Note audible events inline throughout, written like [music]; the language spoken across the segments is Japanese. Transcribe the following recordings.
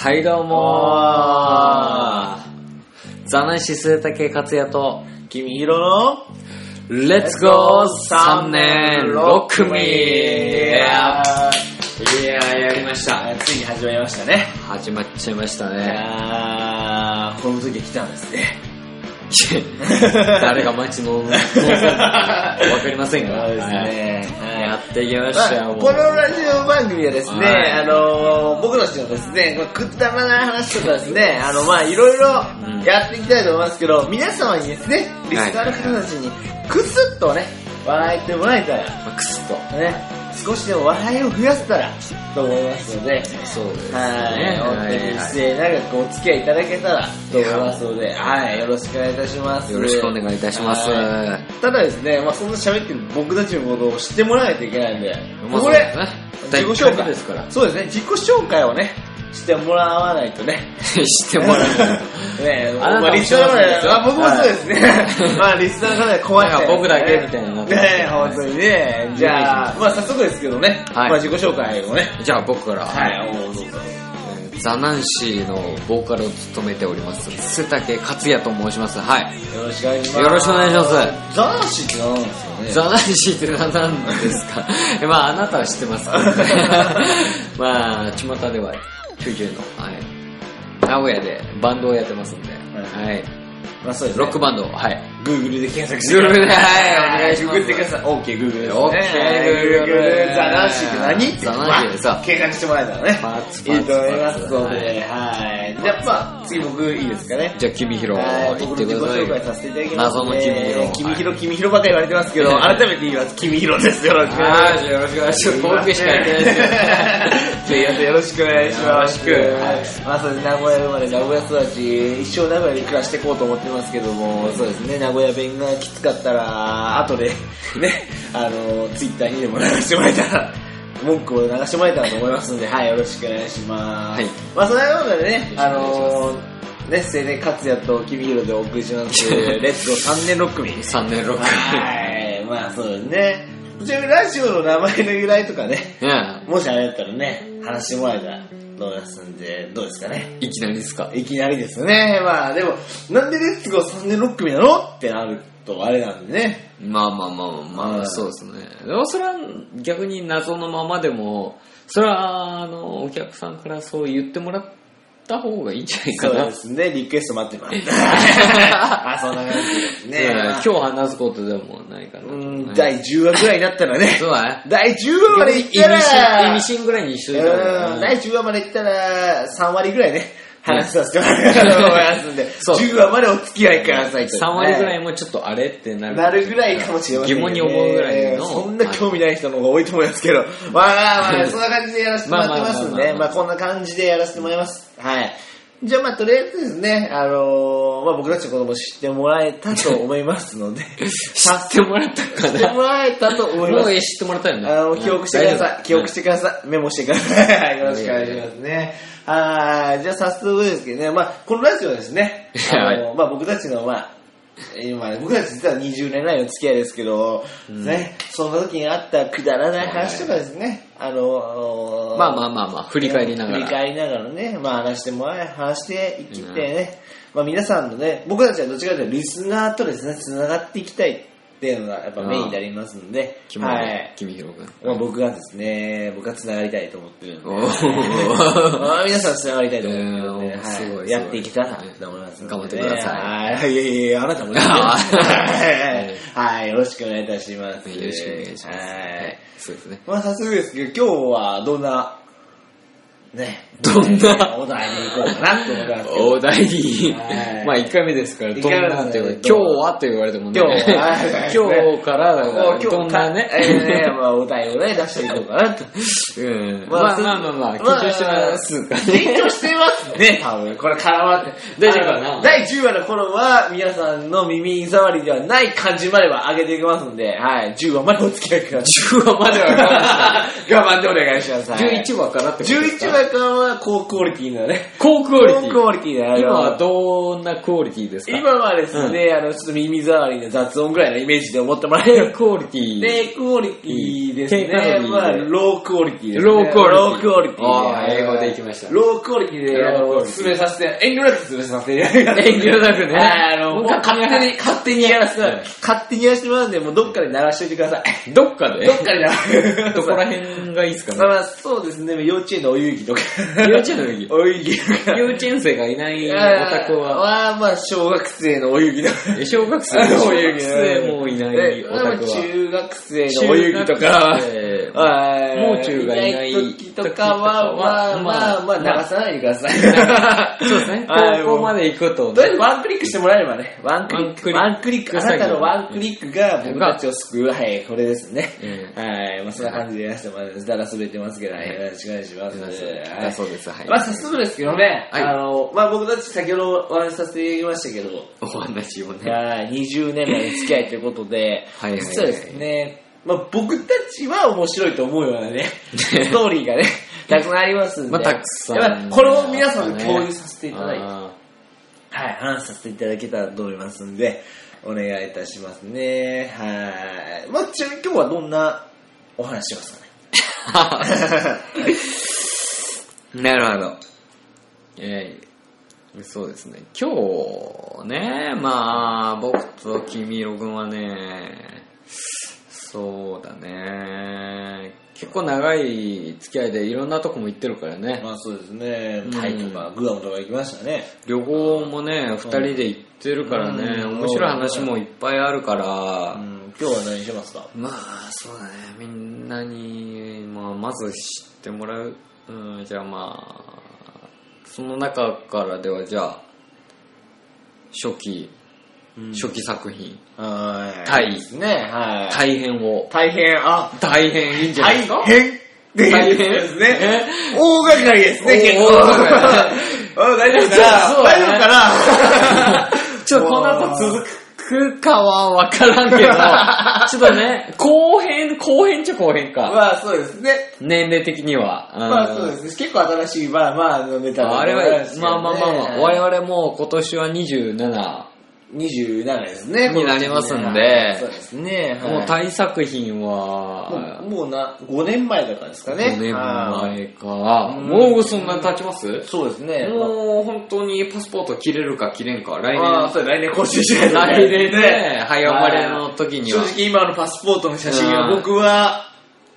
はい、どうもーザナシスタケカツヤと、君ひろのレッツゴー3年6組いいややーやりました。ついに始まりましたね。始まっちゃいましたいね。やーこの時が来たんですね。誰が待ち望むかわかりませんが。そうですね。はいはやいっていきましたまあよ、もうこのラジオ番組はですね、はいあのー僕の人はですね、こうくだらない話とかですね、あの、まあいろいうんろやっていきたいと思いますけど、皆様にですね、リスナーの方たちに、くすっとね、笑えてもらえたら、まあくすっと。ね、少しでも笑いを増やせたら、と思いますので、そうですね。はい、本当には失礼ながらお付き合いいただけたらと思いますので、はい、よろしくお願いいたします。いよろしくお願いいたします。はまいただですね、まあそんな喋ってる僕たちのことを知ってもらわないといけないんで、あこそこうでですね自己第一紹回目介ですから。そうですね、自己紹介をね、してもらわないとね。 [laughs] してもらう。 [laughs] ねあなたもまあリスナーの方ですはいあ、僕もそうですね。まあ、リスナーの方で困っちゃいまなんすねか僕だけみたいになってますねね本当にね。じゃあ、まあ早速ですけどね、はいまあ自己紹介を [laughs] ね。じゃあ僕から。はい、おうどうぞ。えーザ・ナンシーのボーカルを務めております瀬竹克也と申しますはいよろしくお願いします。。よろしくお願いしますザナシって何なんですかね。ザ・ナンシーって何なんです [laughs] かえまああなたは知ってますけどねまあ巷では90の、はい、名古屋でバンドをやってますんで、はい、まあそうです、ね。ロックバンドをはい Google で検索して Google ではいお願いします Google でください。OK、Google です、ね。 OK Google Google ザナシって何ってザナシまあさ検索してもらえたらね。パーツパーツいいと思いますパーツので、はい。じゃあ、まあ、次僕いいですかね。じゃあ君ひろはい、行っ僕てのく自己ださい紹介させていただきます、謎の君ひろ君ひろ、君ひろばっかり言われてますけど、はい改めて言います。君ひろです。よろしくお願いしまはすいじゃあよろしくお願いします僕 [laughs] しか言ってないですよすいません、よろしくお願いします。よろしまあそうです名古屋生まれ、名古屋育ち、一生名古屋で暮らしていこうと思ってますけども、そうですね、名古屋弁がきつかったら、後で、 [laughs] ね、あの、ツイッターにでも流してもらえたら、文句を流してもらえたらと思いますので、はい、よろしくお願いします。はいまあそんなことでね、あよろしくおの、 [laughs] ね、青年勝也と君広でお送りします、レッツゴー3年6組。 3年6組はい、まあそうですね。ちなみにラジオの名前の由来とかね、ねもしあれだったらね、話してもらえたらと思いますんで、どうですかね。えいきなりですかいきなりですね。まあでも、なんでレッツゴー3年6組なのってなるとあれなんでね。まあまあまあまあ、まはあ、いそうですね。でもそれは逆に謎のままでも、それはあの、お客さんからそう言ってもらった方がいいんじゃないそかうな。でねすね。リクエスト待ってます。あ、そんな感じですね。今日話すことでもないかな、うん、ね第10話ぐらいになったらねそ。うだね。第10話までいっ意たら、味深ぐらいにしといた方がいうんい第10話までいったら、3割ぐらいね、話させてもらえたらと思いますんで、そう10話までお付き合いくださいと。 3割ぐらはいもちょっとあれってないる。なるぐらいかもしれませ疑んね問に思うぐらいの。そんな興味ない人の方が多いと思います [laughs] けど、まあまあ、そんな感じでやらせてもらってますんまあまあまあまあで、ままああこんな感じでやらせてもらいます。はい。じゃあまあとりあえずですね、あのーまあ僕たちのことも知ってもらえたと思います [laughs] ので、知ってもらったか知ってな。もらえたと思いまもすう。え知ってもらったよね。。あの、記憶してください。記憶しててください。メモしてください。よろ [laughs] しくお願いしますね。はい。じゃあ早速ですけどね、まあ、このラジ [laughs] オはですね、あの、まあ僕たちの、まあ、今、僕たち実は20年来の付き合いですけど、ね、その時にあったくだらない話とかですね、あの、まあまあまあまあ、振り返りなが振りら。返りながらね、まあ話してもらい、話していきてね、まあ皆さんのね、僕たちはどっちかというとリスナーとですね、繋がっていきたいっていうのがやっぱメインになりますんで、君もはい。君ひろ君。まあ、僕がですね、僕が繋がりたいと思ってるんで、おー [laughs] まあ皆さん繋がりたいと思ってるんえで、ーすごはいい、やっていけたらと思いますので、頑張ってください。はい、いやいやいや、あなたもね [laughs] はいはい、よろしくお願いいたします。よろしくお願いします。はい。そうですね。まあ、早速ですけど、今日はどんな、ね、どんなお題に行こうかなと思いますけど。お題には、いまあ1回目ですから、一どん回目なって言われてども、う今日はって言われてもね、今日は今日からだもから、う今日どんなねか、 [laughs] えーまあ、お題をね、出していこうかなと。うんまあまあまあまあ、緊張してますかね。緊張してますね、多分。これ絡まって。大丈夫かな第10話の頃は、皆さんの耳障りではない感じまでは上げていきますんで、はい、10話までお付き合いください。 10話までは我慢し [laughs] 我慢でお願いします。ない11話からってことですか11話ラカンは高クオリティなね。高クオリテ高クィ。オリティなあの今はどんなクオリティですか今はですね、あの、ちょっと耳障りの雑音ぐらいのイメージで思ってもらえ低る。クオリティ。低クオリティです低カロねリ。ーまあ、ロークオリティですね。ロークオリティロークオリティ。あー英語でいきましたロークオリティで、あロークオの、リティ進めさせて、遠慮なく進めさせて。遠慮なくねはいあの、もう僕は勝手に、勝手にやらせてもらうはい勝手にやらせてもらうんで、もうどっかで鳴らしておいてください。どっかでどっかで鳴らしてどこら辺がいいですかねまあ、そうですね、幼稚園のお遊戯とか。幼稚園の遊戯お遊戯とか。幼稚園生がいないお宅は、あーまあまあ、小学生のお遊戯と [laughs] か。え小学生あの小お遊学戯生もいないおまあ宅は、中学生のお遊戯とか中学、生はいもう中がいない時とかは、まあまあまあ、まあ流さないでください。そうですね、はい高校まで行くとと、りあえずワンクリックしてもらえればね。ワンクリック。ワワンンククリリッックク。あなたのワンクリックが僕たちを救う。はい、これですね。うんはい、まあそんな感じでやらせてもらいます。だら滑ってますけど、はい、よろしくお願いします。だそうですはいまあ早速ですけどね、はいあの、まあ僕たち先ほどお話しさせていただきましたけど、お話をね、、はい、20年来の付き合いということではいはいはい実はですね、まあ、僕たちは面白いと思うような [laughs] ね、ストーリーがね、たくさんありますんで、まあ、たくさやっぱん、りこれを皆さんで共有させていただいて、あはい、話させていただけたらと思いますんで、お願いいたしますね。はい。まあ、ちなみに今日はどんなお話しますかね。ー。 [laughs] なるほど。えーそうですね。今日ね、まあ、僕と君色君はね、そうだね。結構長い付き合いでいろんなとこも行ってるからね。まあ、そうですねうん。タイとかグアムとか行きましたね。旅行もね、二人で行ってるからね、うん面白い話もいっぱいあるかうら、ん、今日は何しますかまあ、そうだね。みんなに、まあ、まず知ってもらう。うん、じゃあまあ、その中からでは、じゃあ、初期、初期作品、はい。タイですね。はい。大変を。大変、あ、大変いいんじゃない大ですか変っ大て変言ですね。大掛かりですね、結構。大うん掛か大丈夫かそうなだね大丈夫かな [laughs] ちょっとこの後続くかはわからんけど、ちょっとね、後編、後編っちゃ後編か。まあそうですね。年齢的には。うんまあそうですね。結構新しい、まあまあのネタあれは、まあまあまあまあ、々我々もう今年は27。 27ですね。になりますんでこの時ねはいそうですね。はいもう大作品は、もうもうな、5年前だからですかね。 5年はい。前か。うんもうそんな経ちますそうですね。もう本当にパスポート切れるか切れんか、来ああ、年。そう来年更新しないと来年ね、は早い生まれの時に正は。直今のパスポートの写真うはん僕は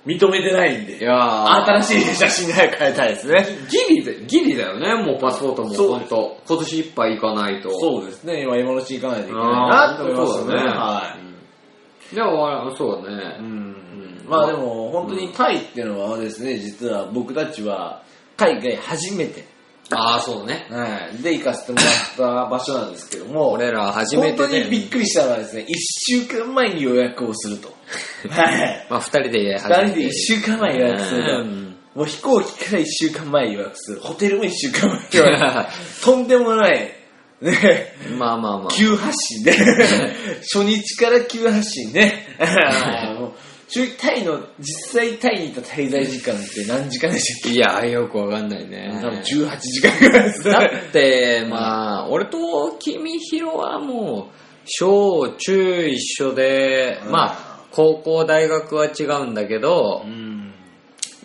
認めてないんいで、や新しい写真に変えたいですね。ギリで、ギリだよね、もうパスポートもそう本当今年いっぱい行かないと。うですね、今今のうち行かないといけあーよそうだねはでも、そうだねい。う。んうんまあでも本当にタイっていうのはですね、実は僕たちは海外初めて、ああ、そうね。はい、で行かせてもらった場所なんですけども、俺ら初め本て当だによねびっくりしたのはですね、1週間前に予約をすると。 [laughs] はい。まあ、二人で初二めて人で一週間前予約するうのんもう飛行機から一週間前予約する。ホテルも一週間前予約す [laughs] る。とんでもない。ね、まあまあまあ。急発進ね。 [laughs] 初日から急発進ね。 [laughs] もう中タイの、実際タイにいた滞在時間って何時間でしたっいや、よくわかんないけ、ね。多分18時間ぐらいです [laughs] だって、まあ、俺と君ひろはもう、小中一緒で、うんまあ、高校、大学は違うんだけどう、ん。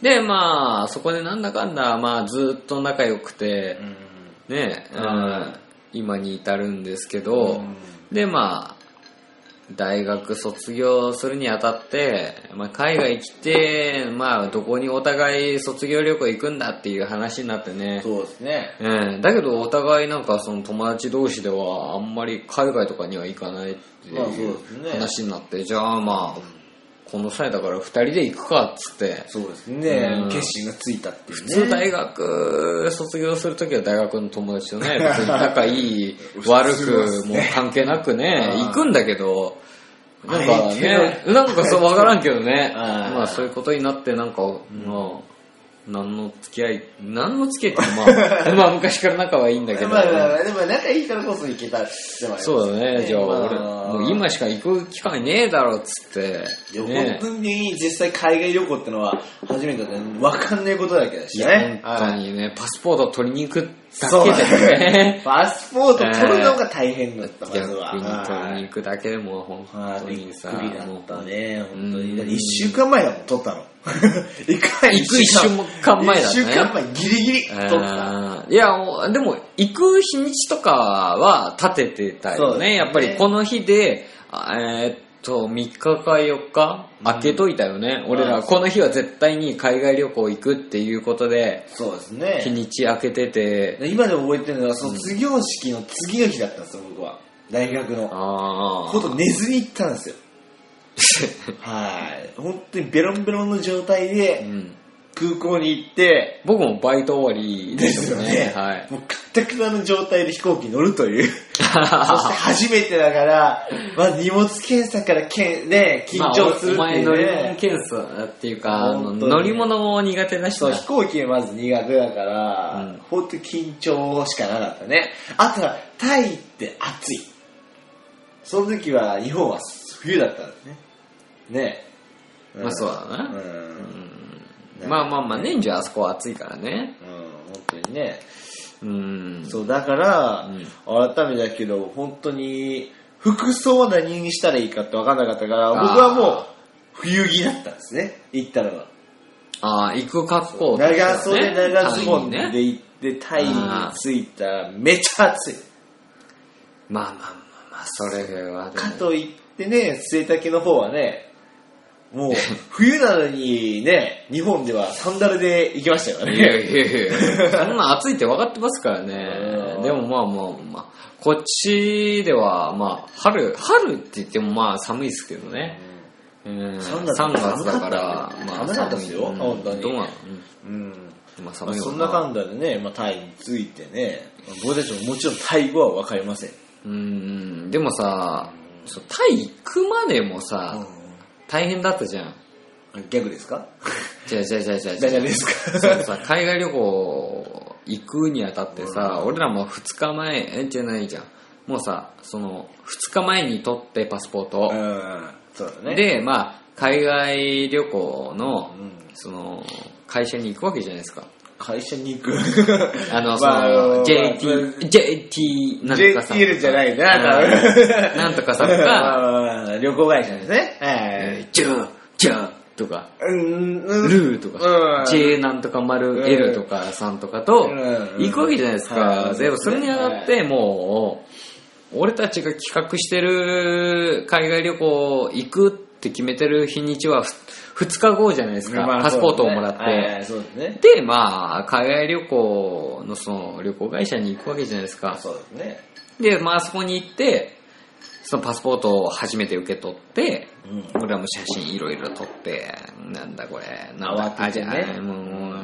で、まあ、そこでなんだかんだ、まあ、ずっと仲良くてう、ん。ね、うんうん今に至るんですけど、で、まあ、大学卒業するにあたって、まあ、海外来て、まあ、どこにお互い卒業旅行行くんだっていう話になってね。そうですね。うん、だけどお互いなんかその友達同士ではあんまり海外とかには行かないってまあそうでいうすね話になって、じゃあまあこの際だから2人で行くかっつってそうですねうん。決心がついたっていうね。普通大学卒業するときは大学の友達と [laughs] ね別に仲いい悪くもう関係なくねうん行くんだけどなんかはい行ねなんかそう分からんけどね [laughs] あーまあそういうことになってなんかまあ何の付き合い、何の付き合いっていうかま [laughs] あ、まあ昔から仲はいいんだけど、まあまあまあ、でも仲いいからこそ行けたってのはありますそうだね、じゃあま俺、もう今しか行く機会ねえだろっつって、いや、ね本当に実際海外旅行ってのは初めてだね。わかんないことだけだしいね。や本当はいにね、パスポート取りに行くだそうけだでねね。。 [laughs] パスポート取るのが大変だった、ま逆ずには。取りはにい行くだけでも本はい当びっにさ、くりだったね、本当うに。んだって一週間前だもん、取った [laughs] の。行く行く一週間前だね一週間前、ギリギリ取った。あーいや、おでも、行く日にちとかは立ててたそうよだね。ねやっぱりこの日で、あえーっと、3日か4日開けといたよね。ん俺あら、ーこの日は絶対に海外旅行行くっていうことで、そうです日ね。にち開けてて、今でも覚えてるのは、卒業式の次の日だったんですよ、僕は。大学の。あほーと寝ずに行った [laughs] んですよ。はい。本当にベロンベロンの状態うでん、空港に行って、僕もバイト終わりでですすよよね。ね。はい。もうくったくたの状態で飛行機に乗るという。そして初めてだから、まあ荷物検査からけん、ね、緊張するってまあおいお前乗うり物ね。検査っていうか、あの本当に乗り物も苦手な人そう、は飛行機がまず苦手だから、うん本当に緊張しかなかったね。あとは、タイって暑い。その時は日本は冬だったんですね。ね。んまあそうだなうんうんまあまあまあ、年中あそこは暑いからね。うん、本当にね。うん。そう、だから、うん改めてだけど、本当に、服装は何にしたらいいかって分かんなかったから、僕はもう、冬着だったんですね、行ったのは。ああ、行く格好だ長よね袖、長ズボン単位ね。で行って、タイに着いたら、めっちゃ暑い。まあまあまあまあ、それはでもかといってね、末丈の方はね、もう、 [laughs] 冬なのにね、日本ではサンダルで行きましたよいやね。いやいや、そんな暑いって分かってますからうね。んでもまあまあまあ、こっちではまあ、春、春って言ってもまあ寒いですけどね。うん、三3月月だから、ま寒かあったね寒かったですよ寒い本当にどうなのうんうんまあま寒あ、いよなそんな感じでね、まあ、タイについてね、まあ僕たちももちろんタイ語は分かりません。うん、でもさ、そうタイ行くまでもさ、大変だったじゃん。逆ですかじゃあじゃあじゃあじゃあ大丈夫ですかそうさ海外旅行行くにあたってさ、俺らも2日前えじゃないじゃんもうさその2日前に取ってパスポートうを、ん、そうだね。、でまあ海外旅行の、うん、その会社に行くわけじゃないですか会社に [laughs] 行く。あの、まあそのまあ JT、JT なんとかさん JTL じゃないな、うん多分。なんとかさんまあがまあ [laughs] まあ旅行会社ですね。はい「ジャージャー」とかう「ん、うんルー」とかう「ん J なんとか丸 L」とかさんとかと、行くわけじゃないですか。でもそれにあたっ、てもう、俺たちが企画してる海外旅行行くって決めてる日にちは2日後じゃないですか。パスポートをもらって。はい、そうですね。で、まあ、海外旅行のその旅行会社に行くわけじゃないですか。そうですね。で、まあそこに行って、そのパスポートを初めて受け取って、うん俺らも写真いろいろ撮って、なんだこれ、なん慌だて、てねあ、じゃあ、もう、もう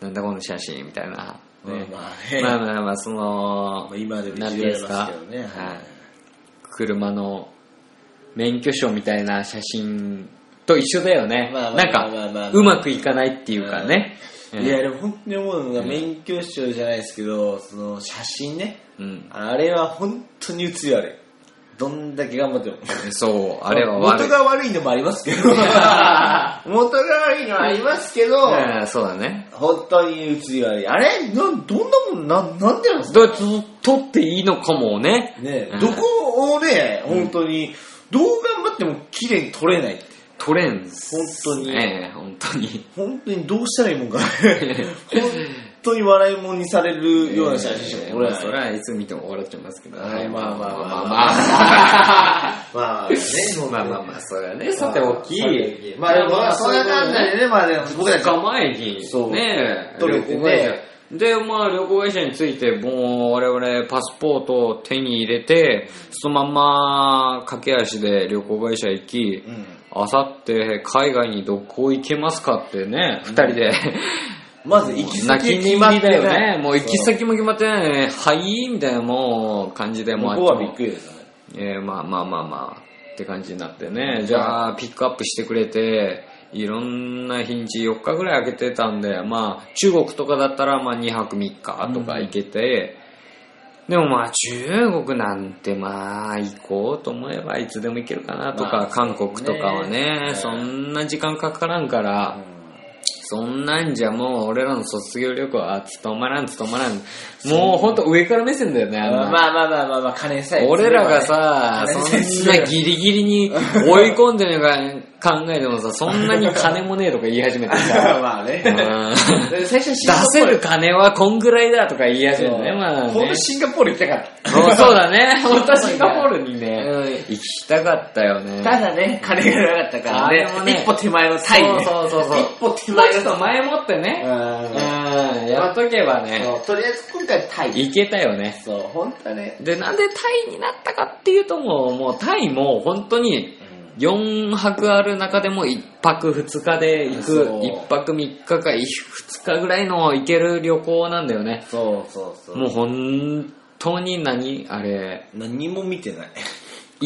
なんだこの写真みたいな。ねうんまあねまあまあまあ、そのまあ、今でもなんていいうんでじられすまかすけどね。はい車の免許証みたいな写真と一緒だよね。まあまあなんまあまあまあまかあ、うまくいかないっていうかね。うんいや、でも本当に思うのが、免許証じゃないですけど、その写真ね、うん。あれは本当に写り悪い。どんだけ頑張っても。そう、あれは悪い元。が悪いのもありますけ [laughs] ど、元が悪いのはありますけど、うんそうだね。本当に写り悪い。あれなんどんなもん、なんなんでなんですかだと取っていいのかもね。ねうんどこをね、本当に、どう頑張っても綺麗に撮れないって。取れんっす。本当に。ええ、本当に。本当にどうしたらいい [laughs] もんか。本当に笑いもんにされるような写真しかええ撮まあれないそ。れはいつ見ても笑っちゃいますけど。あーはいまあまあままああままあね、あ。 [laughs] まあまあまあ、それはね、さておき。まあでも、まあ、それなんだよね、まあでも、僕た2ちは日前に、そうねえ、旅取れてね行会社。で、まあ、旅行会社について、もう、我々、パスポートを手に入れて、そのまんま、駆け足で旅行会社行き、うんあさって、海外にどこ行けますかってね、二人で、まず行き泣先き決寝まっ入りてだよなね。い。もう行き先も決まってないね。はいみたいなもう感じで、そうもう向こうはあびっっちくりですよね。もえーまあまあまあまあって感じになってね。じゃあ、ピックアップしてくれて、いろんな日にち4日ぐらい空けてたんで、まあ、中国とかだったら、まあ、2泊3日とか行けて、でもまあ、中国なんて、まあ、行こうと思えばいつでも行けるかなとか、まあ韓国とかはね、ねそんな時間かからんから、そんなんじゃもう俺らの卒業旅行は務まらん務まらん。もうほんと上から目線だよね、あんなまあまあまあまあまあ、金さえ。俺らがさ、金さえそんなギリギリ [laughs] に追い込んでるか考えてもさ、そんなに金もねえとか言い始めて [laughs] さ、まあね。うん最初出せる金はこんぐらいだとか言い始めてね、まあほんねと。シンガポール行きたかった。そうそうだね、そう [laughs] 本当はシンガポールにうんね、行きたかったよね。ただね、金がなかったからあれもね。ね一歩手前のタイねそうそうそうそう一歩手まあちょっ前のと前もってね、うん、やっとけばね、そうとりあえず今回タイ。行けたよね。そう、本当はね。で、なんでタイになったかっていうともう、もうタイも本当に4泊ある中でも1泊2日で行そく、う1泊3日か2日ぐらいの行ける旅行なんだよね。そうそうそもう本当に何あれ、何も見てない。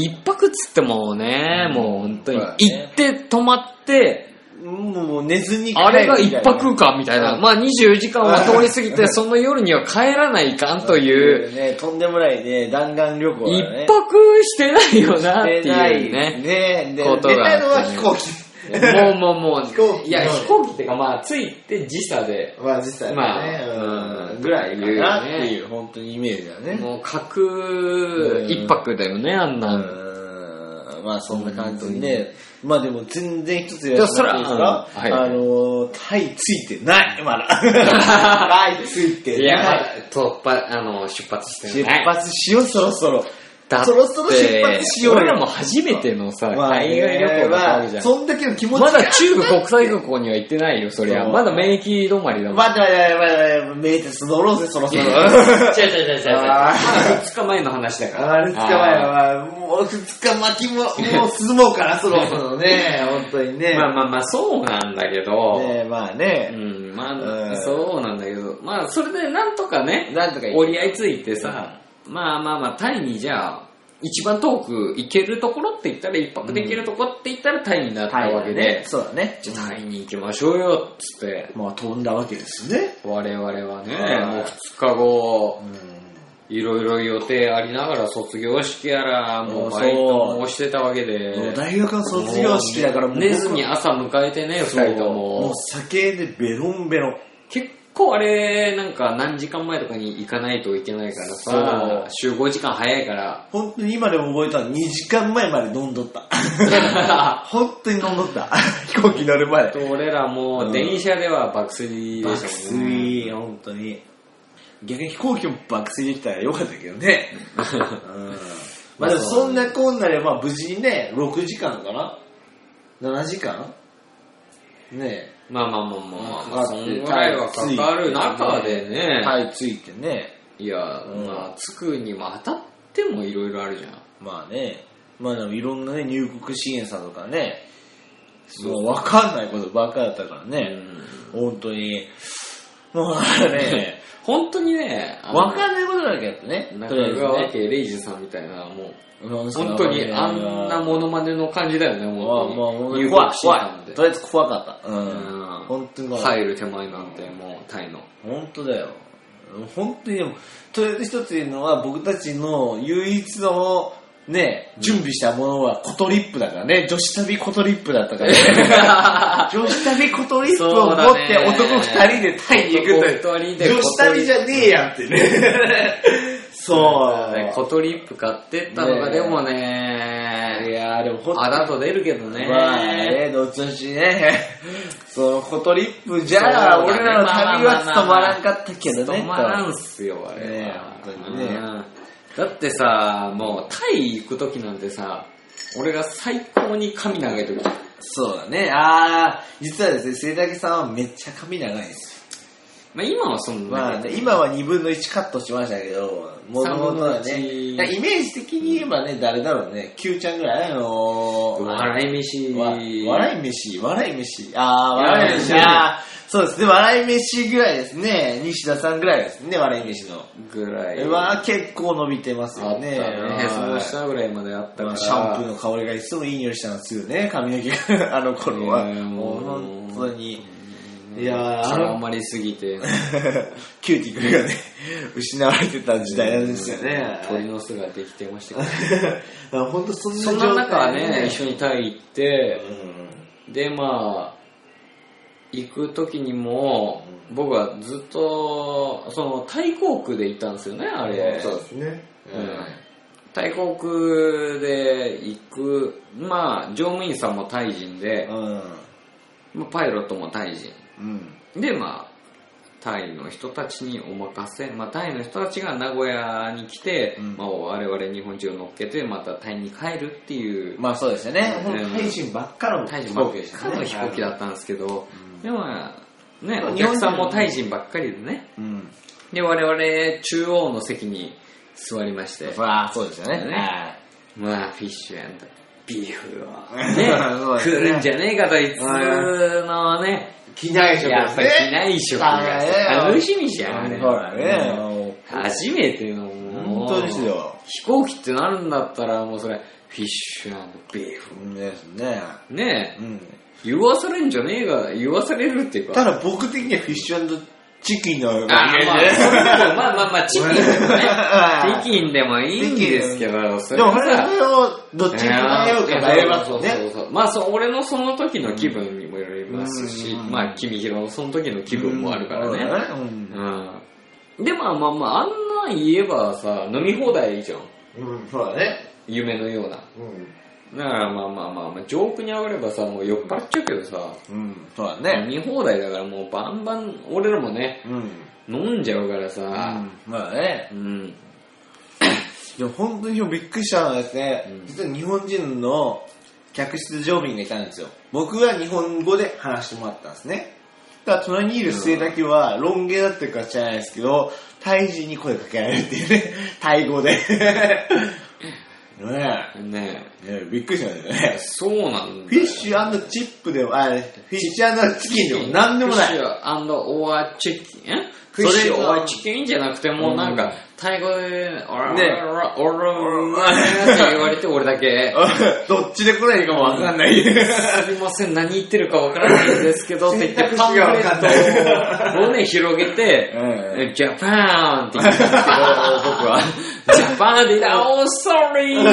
1泊っつってもね、うんもう本当にそうだ行ねって泊まって、もう寝ずに帰るあれが1泊かみたいな。うんまあ24時間は通り過ぎて、その夜には帰らないかんという。ね、とんでもないね、弾丸旅行一だね。泊してないよなっていうね。ね。で、こ寝とがあたってのは飛行機。もうもうもう、飛行機いや、飛行機ってか、まあ、着いて時差で、まあ実際はね、まあうん、ぐらいかなって言ういう、本当にイメージだね。もう、各一泊だよね、あんうなん。ん、まあそんな感じでね、まあでも全然一つい言いですやか、そらうんはいあのー、タイついてない、 [laughs] まだ。タイついてない。いや、まあ、突破、あの、出発して出ない。発しよう、そろそろ。だってそろそろ出発しようよ俺らも初めてのさ、海まあね外旅行だったわけじゃまあん。そんだけの気持ちまがだ中部国際空港には行ってないよ、そりゃ。そうまだ免疫止まりだもん。待って待って待って待って、名鉄乗ろうぜ、そろそろ。違う違う違う違う違うあ二日前の話だから。あれ捕まえは、もう2日巻きも、もう進もうから、そろそろね、本当にね。まあまあまあ、そうなんだけど、ねまあうね、ん、まうあ、んそうなんだけど、まあ、それでなんとかね、なんとか折り合いついてさ、まあまあまあ、タイにじゃあ、一番遠く行けるところって言ったら、一泊できるところって言ったらタイになったわけで、そうだね。じゃあタイに行きましょうよ、っつって、まあ飛んだわけですね。我々はね、はいもう2日後う、いろいろ予定ありながら卒業式やら、もうそうバイトもしてたわけで、もう大学の卒業式だからももうう寝ずに朝迎えてね、そう2人とも。もう酒でベロンベロン。結構あれ、なんか何時間前とかに行かないといけないからさ、集合時間早いから、 [laughs] 本当に今でも覚えたの2時間前まで飲んどった。本当に飲んどった。飛行機乗る前と。俺らもう電車では爆睡で爆したもんね。睡、本当に。逆に飛行機も爆睡できたらよかったけ [laughs] どね。うんまあでもそんなこんなで、まあ無事にね、6時間かな ?7 時間ねまあまあまあまあまあ、ままあ、あそんぐらいはかかる中でえ、ね、タイついてね。いや、うんまあ、着くにも当たってもいろいろあるじゃん。まあね、まあでもいろんなね、入国支援さとかね、もうわかんないことばっかだったからうね、ん本当に。もうあれね、 [laughs] 本当にね、あのわかんないことだらけだったね、中とりあえず川ね。家レイジさんみたいな、もう、本本当にあんなモノマネの感じだよね、まもあう。まあ、本当入に国怖い、審怖判でい。とりあえず怖かった。ううんん。本当に怖い。入る手前なんてもうタ [laughs] イの本当だよ。本当にでも、とりあえず一つ言うのは僕たちの唯一のね、準備したものはコトリップだからね、女子旅コトリップだったから [laughs] ね。女子旅コトリップを持ってそう男だね二人でタイに行くと男二人で女子旅じゃねえやんって [laughs] ね。そう。ねコトリップ買ってったのがねえでもねいやーでも本当にあだと出るけどね、まあね、どっちのしね、 [laughs] そのコトリップじゃあ、そうだね俺らの旅は務まらんかったけどね。止まらんすよあれねは、本当にねうんだってさもうタイ行く時なんてさ俺が最高に髪長い時そうだね。あー、実はですね、末竹さんはめっちゃ髪長いんですまあ今はそんまなあにね、今は2分の1カットしましたけど、もともとはね、 3イメージ的に言えばね、誰だろうね、Q ちゃんぐらい、あのー、笑い飯わ笑い飯、笑い飯、あー、笑笑い飯い飯ねあーそうですね、笑い飯ぐらいですね、西田さんぐらいですね、笑い飯の。ぐらいは結構伸びてますあよったね。ねへそのはい下ぐらいまであったからシャンプーの香りがいつもいい匂いしたんですよね、髪の毛が、 [laughs] あの頃は。いやももうう本当に。いいやーやあ絡の、まりすぎてキューティクルがね、 [laughs] 失われてた時代なんですよね。鳥の巣ができてましたけどまあ本当そんなそんな中は状態ね、で一緒にタイ行って、うで、まあ、行く時にも、僕はずっと、その、タイ航空で行ったんですよね、あんれ。そうですね。うんタイ航空で行く、まあ、乗務員さんもタイ人で、うん。まあパイロットもタイ人。うん。で、まあ、タイの人たちにお任せ、まあ、タイの人たちが名古屋に来て、うんまあ、我々日本人を乗っけて、またタイに帰るっていう、まあそうですよね。うん配信ばっかのタイ飛人ばっかり行機ででししたたね彼の飛ね。行機だったんですけど、うんでもね、うんお客さんもタイ人ばっかりでね、うん。で、我々中央の席に座りまして、まあそうですよね。ねはいまあ、フィッシュビーフを、そうね、ですね来るんじゃねえかと、いつのね、機内食やっぱり機内食あーがね楽しみじゃん、あれそうだね。初めての本当ですよ。飛行機ってなるんだったらもうそれフィッシュビーフですね。ねえうん。言わされんじゃねえが言わされるっていうたかだ僕的にはフィッシュチキンの方あがいいまあね。まあまあまあチキンでもね [laughs] チキンでもいいんですけどそでれもはそれさをどっちに迷うか迷いますそうそうよね。そうそうまあそう俺のその時の気分にもよりますし、うんまあ君ひろのその時の気分もあるからね、うんうんでまあまあまああんなん言えばさ飲み放題じゃんうん、そうだね。夢のようなうん。だからまあまあまあ、まあ、ジョークに上がればさもう酔っ払っちゃうけどさうん、そうだ飲ね。み放題だからもうバンバン俺らもねうん。飲んじゃうからさそうだね。うん、いや、本当にびっくりしたのはですね、うん実は日本人の客室乗務員がいたんですよ。僕は日本語で話してもらったんですね。だから隣にいる末だけは、ロン毛だったか知らないですけど、タイ人に声かけられるっていうね、 [laughs] タイ語で。ねえねねえ、びっくりしましたよえね。そうなんフだィよッシュチップでも、あ、フィッシュチキンでもなんでもなフィい。ッシュオアチキンえフそィッれがシュオアチキンじゃなくてもうなんかタイ語で「オラオねラオラオラ」って言われて俺だけ [laughs] どっちで来ないかもわかんない。すいません、何言ってるかわからないんですけど、って言って選択パン肢フがレわかんないットをね、広げて、うジャパンって言ったんですけど、僕は、ジャパンで、あ、お、sorry!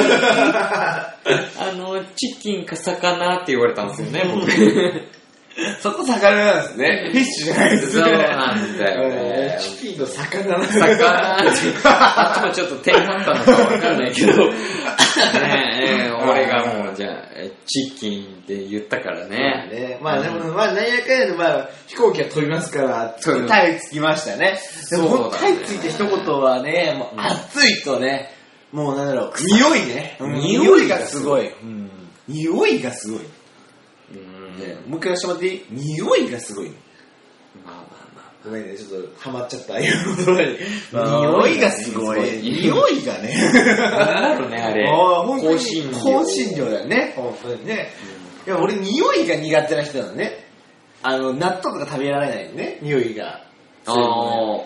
あの、チキンか魚って言われたんですよね、僕。そこ魚なんですね。フィッシュじゃないですね。そうなんだよねうんチキンと魚なんです魚って、あっちもちょっと点だったのかわかんないけど、 [laughs] ねええ俺がもう、じゃあ、チキンって言ったからね。 [laughs] ね、まあでも、まあ、なんやかんやで、まあ、飛行機は飛びますから、飛ぶタイつきましたね。でそうだねも、本当タイついて一言はね、もう、うん暑いとね、もうなんだろう、匂いね。うん匂いがすごい。匂いがすごい。うんねもう一回言わせてもらっていい匂いがすごい。まあまあまあ。ごめんね、ちょっとハマっちゃった。ああいう言葉にあー匂いがすごい。匂匂いが [laughs] ね。なんだろうね、あれ。ああ、本当に香辛料。香辛料だよね。本当にね。いや、俺、匂いが苦手な人なのね。あの、納豆とか食べられないのね、匂いが。ああ、あれ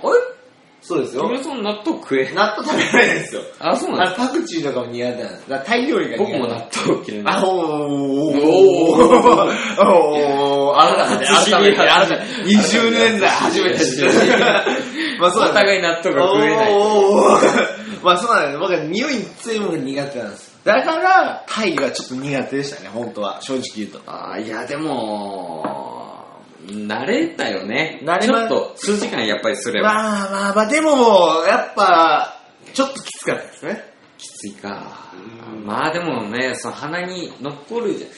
そうです木よ。村さん納豆食え。納豆食べられないですよ。あ、そうなんあでのパクチーとかも苦手なんです。だからタイ料理すが僕苦も手。納豆嫌いなあ、の。おーおーおーおおー改めて、[laughs] 改めて、改めて、20年代初めて知った。 [laughs] まあそうおだね。互い納豆が食えない。おーおーおーまあそうなんです。僕は匂いに強いものが苦手なんです。だから、タイがちょっと苦手でしたね、本当は。正直言うと。あーいや、でも、慣れたよね。慣れちょまっと、数時間やっぱりすれば。まあまあまあ、でももう、やっぱ、ちょっときつかったですね。きついかうん。まあでもね、その鼻に残るじゃん。ツ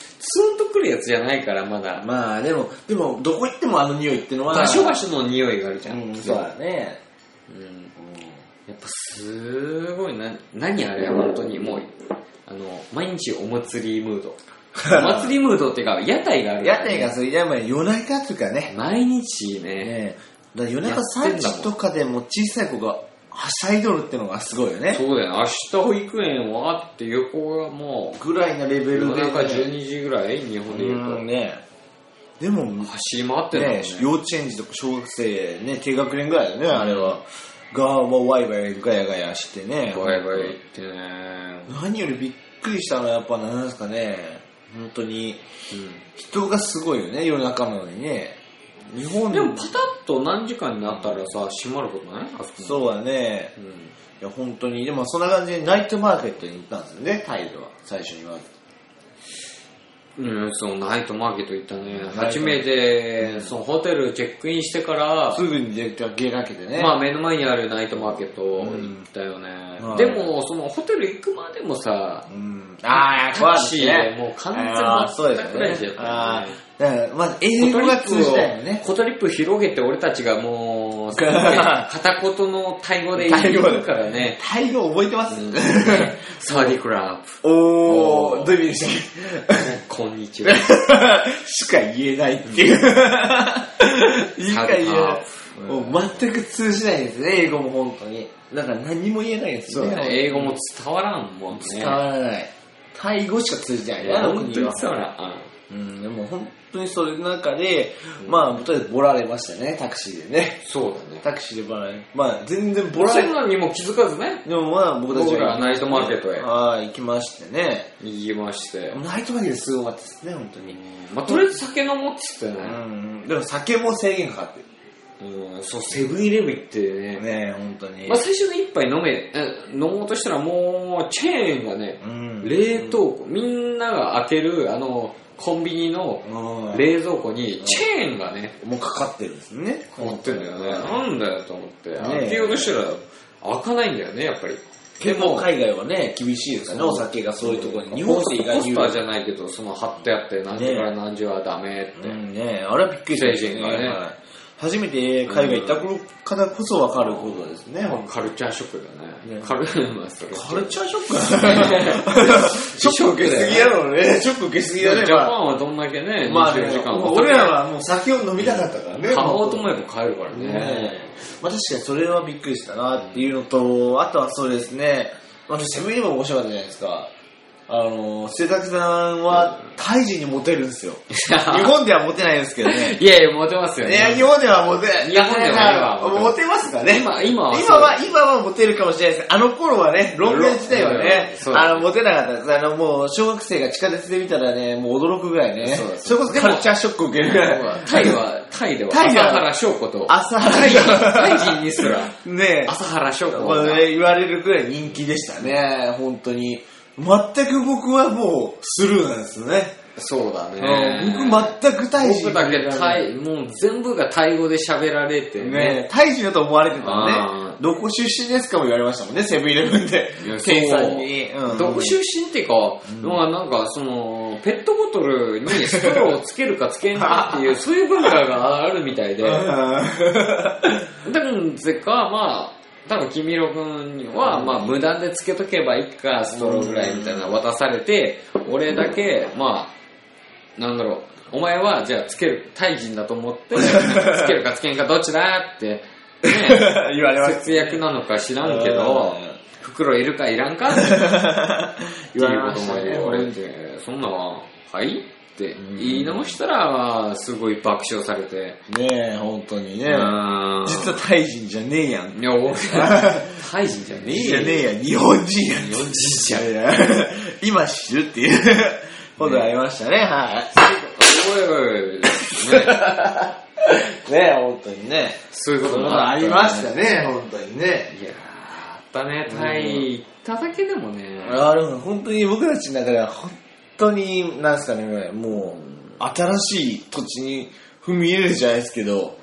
ーンとくるやつじゃないから、まだ。まあでも、でも、どこ行ってもあの匂いってのは。場所場所の匂いがあるじゃん。うん、そうだね。うんやっぱすごいな、何あれは本当にもう、あの、毎日お祭りムー [laughs] ド。お祭りムードっていうか、屋台があるか屋らね、台がそう、いやまあ夜中とかね。毎日ね、ねだから夜中や3ってんだもん時とかでも小さい子がはしゃいどるってのがすごいよね。そうだよね、明日保育園はっていう子がもぐらいのう、レベルで、夜中12時ぐらい、日本で言ううんね。でも、ねと、、走り回ってんだもんね。幼稚園児とか小学生、ね、低学年ぐらいだよね、あれは。が、もうワイワイガヤガヤしてね。バイバイ行ってね。何よりびっくりしたのはやっぱ何ですかね。本当に、うん人がすごいよね、夜中なのにね。日本でもパタッと何時間になったらさ、閉まることないあそこう。そうだね。うん。いや、本当に。でも、そんな感じでナイトマーケットに行ったんですよね、タイルは。最初には。うん、そのナイトマーケット行ったね。うん初めて、そのホテルチェックインしてから、すぐに出かけてね。まあ目の前にあるナイトマーケット行ったよね。うんでも、そのホテル行くまでもさ、うん。ああ、タ詳クしシーいねで。もう完全あーそうで真っす暗いじゃよね。ああ、だから、まずコ英ト語リがップ通じたよを、ね。コトリップ広げて俺たちがもう、片言のタイ語で言うからね。 [laughs] タイ語覚えてます、うんサワディークラップ。おおーー、どういう意味でしたっこんにちは。けしか言えないっ [laughs] ていう。いいか言えない。うんもう全く通じないですね、英語も本当に。なんか何も言えないですそうね。だね。英語も伝わらんもんね。伝わらない。タイ語しか通じないいね。や、あの本当国には。伝わらん。うん、でも本当にそれの中で、まあ、とりあえずボラれましたね、タクシーでね。そうだね。タクシーでボラれ。まあ、全然ボボララれ。のにも気づかずね、でもまあ、僕たち僕らはナイトマーケットへはい、行きましてね。行きまして。ナイトマーケットすごかったですね、本当に。まあ、とりあえず酒飲もうっつってうね。ん、でも酒も制限かかってうん、そう、セブンイレブン行ってる。ね。ね本当にまあ、。最初の一杯飲め、え飲もうとしたらもう、チェーンがね、うん冷凍庫、みんなが開ける、あの、コンビニのうん冷蔵庫に、チェーンがね、もうかかってるんですね。持ってんだよね。なんだよと思って。ね開けようとしたら、開かないんだよね、やっぱり。で結構も、海外はね、厳しいですからね、お酒がそういうところに。日日本本っっ意てて意外外にポにスターじゃないけど、その貼ってあって、何時から何時はダメって。うんね、あれはびっくりした制限がねはい初めて海外行った頃からこそ分かることですね、まあカルチャーショックだよね。ねカルチャーショッカルチャーショックだね [laughs] ショック受けすぎやろうねショック受けすぎジやャパねンはどんだけね、まあ24時間俺らはもう酒を飲みたかったからね買おうと思えば買えるからねね。まあ、確かにそれはびっくりしたなっていうのとあとはそうですねあのセブンイレブン面白かったじゃないですかあの末崎さんはタイ人にモテるんですよ日本ではモテないですけどねいやいや、モテますよいや、ね。日本ではモテ、日本ではモテますかね。今、今はそう、今は、今はモテるかもしれないです。あの頃はね、ロング自体はね、そうあの、モテなかったです。あの、もう、小学生が地下鉄で見たらね、もう驚くぐらいねそうで。すそれこそカルチャーショック受けるぐらい。 [laughs] タイは、タイでは、タイで朝は原翔子と、朝タイ人タイ早人にす [laughs] ら、い。ね朝原翔子まあね、言われるぐらい人気でしたね、本当に。全く僕はもう、スルーなんですよね。そうだうんね。僕、全く大事僕だけタイ、もう全部がタイ語で喋られてね。ね、タイ人だと思われてたのあね。どこ出身ですかも言われましたもんね、セブンイレブンでいや。店員さんに。うんどこ出身っていうか、まあなんかその、ペットボトルにストローをつけるかつけんかって [laughs] いう、そういう文化があるみたいで。う [laughs] だんから、ぜか、まあ、多分、君ろくんは、まあ、無断でつけとけばいいか、ストローぐらいみたいな渡されて、俺だけ、まあ、なんだろう、お前は、じゃあ、つける、タイ人だと思って、つけるかつけんかどっちだって、ね、言われました。節約なのか知らんけどう、ん袋いるかいらんかって言わいれうこまとしもたね、言こわれれ。て、そんなは、はいって言い直したら、まあすごい爆笑されて、ねえ、本当にねう。ーん実はタイ人じゃねえやいん。や、俺、タイ人じゃねえじゃねえ。えやん、日本人やん。日本人じゃん。いやいや今知るっていうことがありましたね、はおいおいおい、ね、い。ねえ、本当にね。そういうそこういともうことありましたね。ね、本当にね。いやー、あったね、タイ行っただけでもね、あれ本当に僕たちの中では本当に、なんですかね、もう、新しい土地に踏み入れるじゃないですけど、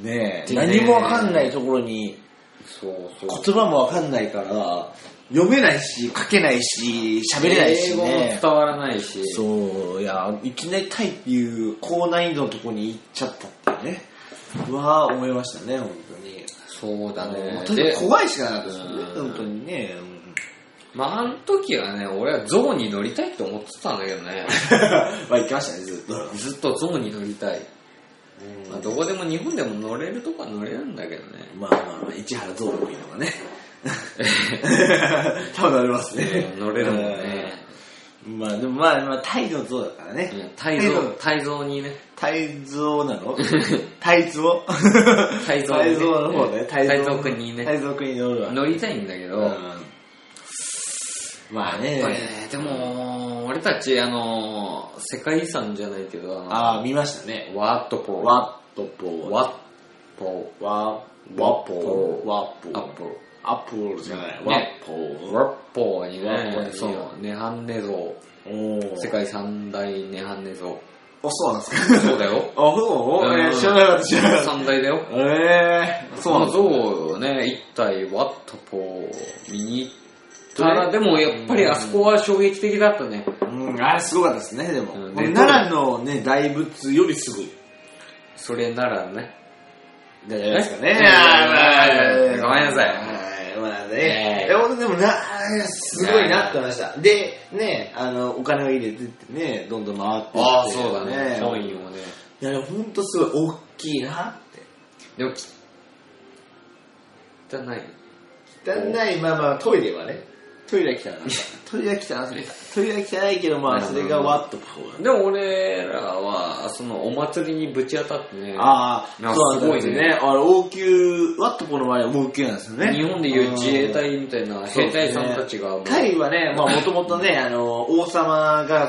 ねえ、でね何もわかんないところに、そうそう。言葉もわかんないから、読めないし、書けないし、喋れない英し語もね伝。わらないし、そう、いや、いきなりタイっていう高難易度のところに行っちゃったっていうね。うわぁ、思いましたね、本当に。そうだもねう。とにでかく怖いしかなかったですよね、うん本当にね。うんまあ、あの時はね、俺は象に乗りた [laughs] いと思ってたんだけどね。まあ行きましたね、ずっと。ずっと象に乗りたい。うんまあ、どこでも日本でも乗れるとこは乗れるんだけどね。まあまあまあ、市原ゾウでもいいのがね。 [laughs] 多分乗れますね。乗れるもんね。うん。まあでもまあ、まあ、タイのゾウだからね。泰タイ造の、泰造にね。タイゾウな [laughs] のタイツボタイゾウねタイゾウの方ね。タイゾウ君にねタイゾウ君に乗るわ。乗りたいんだけど、うんまあねこれ。ね、でも、俺たち、あの、世界遺産じゃないけど、あああ、見ましたね。の、ワットポー。ワットポー。ワッポワー。ワッポー。ワッポアップル。アップルじゃなねい。ワッポー。ワッポーにワッポーねにね、そう、ネハンネ像。おー世界三大ネハンネ像。 [laughs] あ、そうなんですか。そうだよあ、。そううんえー知らなかった、知らなかった。三大だよ。えー、そうなんですこねの像をね、一体ワットポー見に行ったら、でもやっぱりあそこは衝撃的だったね。うん、あれすごかったですね、でも。うんね奈良のね、大仏よりすごい。それならね。じゃないですかね。えあーごめんなさいはいまあねね。いや、本当でもな、あーすごいなって思いました。で、ね、あの、お金を入れてってね、どんどん回ってって。ああ、そうだね。コイいンをね。や、でも本当すごい大きいなって。でも、き汚い。汚い、まあまあ、トイレはね。トイレは汚い。トイレは汚い。トイレは汚いけど、まあ、それがワッとこう。でも俺らは、そのお祭りにぶち当たってね、あなんあ、かそうなんですすごいねね。あれ、王宮、ワットポの場合は王宮なんですよね。日本でいう自衛隊みたいな兵隊さんたちがもう、タイはね、まあもともとね、あの、王様が、やっ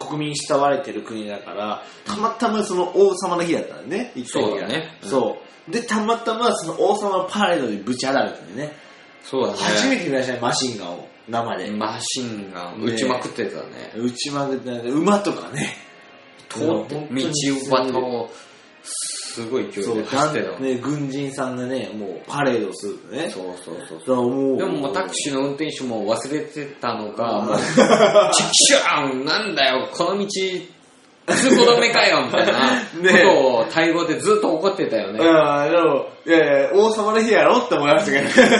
ぱ国民に慕われてる国だから、たまたまその王様の日だったんだね、行った日がそうだねうんそう。で、たまたまその王様のパレードにぶち当たるっていうね。そうだね。初めて見ましたね、マシンガンを、生で。マシンが撃ちまくってたね。打ちまくってない馬とかね。通って、道端を、すごい勢いそうで走ってたもんね。ね、軍人さんがね、もうパレードをするとね。そうそうそうだそう。からもう。でももうタクシーの運転手も忘れてたのか、もう、チクシャーンなんだよ、この道、通行止めかよ、みたいな [laughs] ねことをタイ語でずっと怒ってたよね。うん、でも、いやいや、王様の日やろって思いましたけど。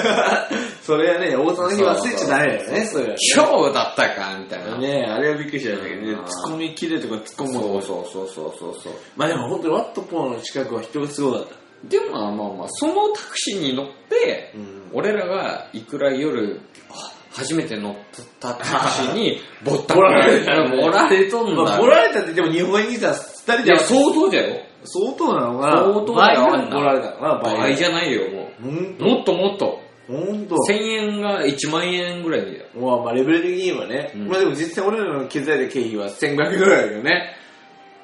[laughs] それはね、王様の日忘れちゃダメだよね、それはね。今日だったか、みたいな。ねあれはびっくりしちゃったけどね、うん突っ込み切れとか突っ込むそうとそか。うそうそうそうそう。まあでも本当にワットポーの近くは人がすごかった。でもまあまあまあ、そのタクシーに乗って、うん俺らがいくら夜、あ初めて乗ったタクシー [laughs] に、ぼったくぼらられれたた。ぼられとんまだあ、よ。来られたって、でも日本にいたら二人いでや、相当じゃよ。相当なのかな相当だよ。倍ぐらい来られたのかな、倍ぐら倍い。じゃないよ、もほんう。もっともっと。ほんと。 1000円が1万円ぐらいだよ。まあまあ、レベル的にはね。うんまあでも実際俺らの削られた経費は1500円ぐらいだけどね。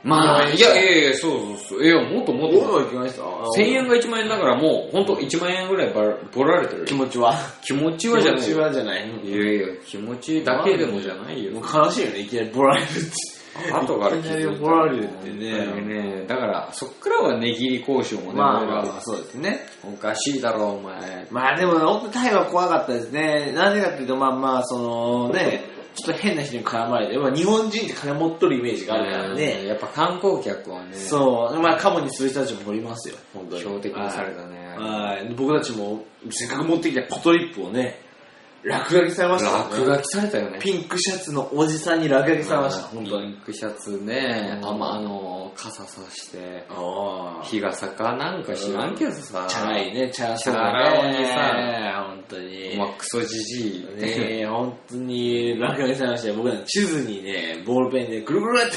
まあ、うんいやいやいや、そうそうそう。いや、もっともっどと。う行きました1000円が1万円だからもう、ほんと1万円ぐらいばらぼられてるよ気。持ちは気持ち気はじゃ持ないちよ。はじゃない。いやいや、気持ちだけでもじゃないよも。う悲しいよね、いきなりボラれるって。後から気づいたいきなり怒られるってね本当にねだから、そっからは値切り交渉もね、まあ俺まらあまはあ、そうですね。おかしいだろ、お前。まあでも、本当タイは怖かったですね。なぜかっていうと、まあまあ、そのね、ちょっと変な人に絡まれて、まあ日本人って金持っとるイメージがあるからうね。んやっぱ観光客はね、そう、まあカモにする人たちもおりますよ、本当に。標的にされたね。はいはい。僕たちも、せっかく持ってきたコトリップをね、落書きされましたからね落書きされたよね。ピンクシャツのおじさんに落書きされました、うん本当に。ピンクシャツね、うんあまあの、傘さして、あ日傘かなんか知らんけどさ、チャラいね、チャラそうチャラね。男にさ本当に。まあ、クソじじいって。ねえ、本当に、落書きされましたよ。僕ら地図にね、ボールペンでぐるぐるって、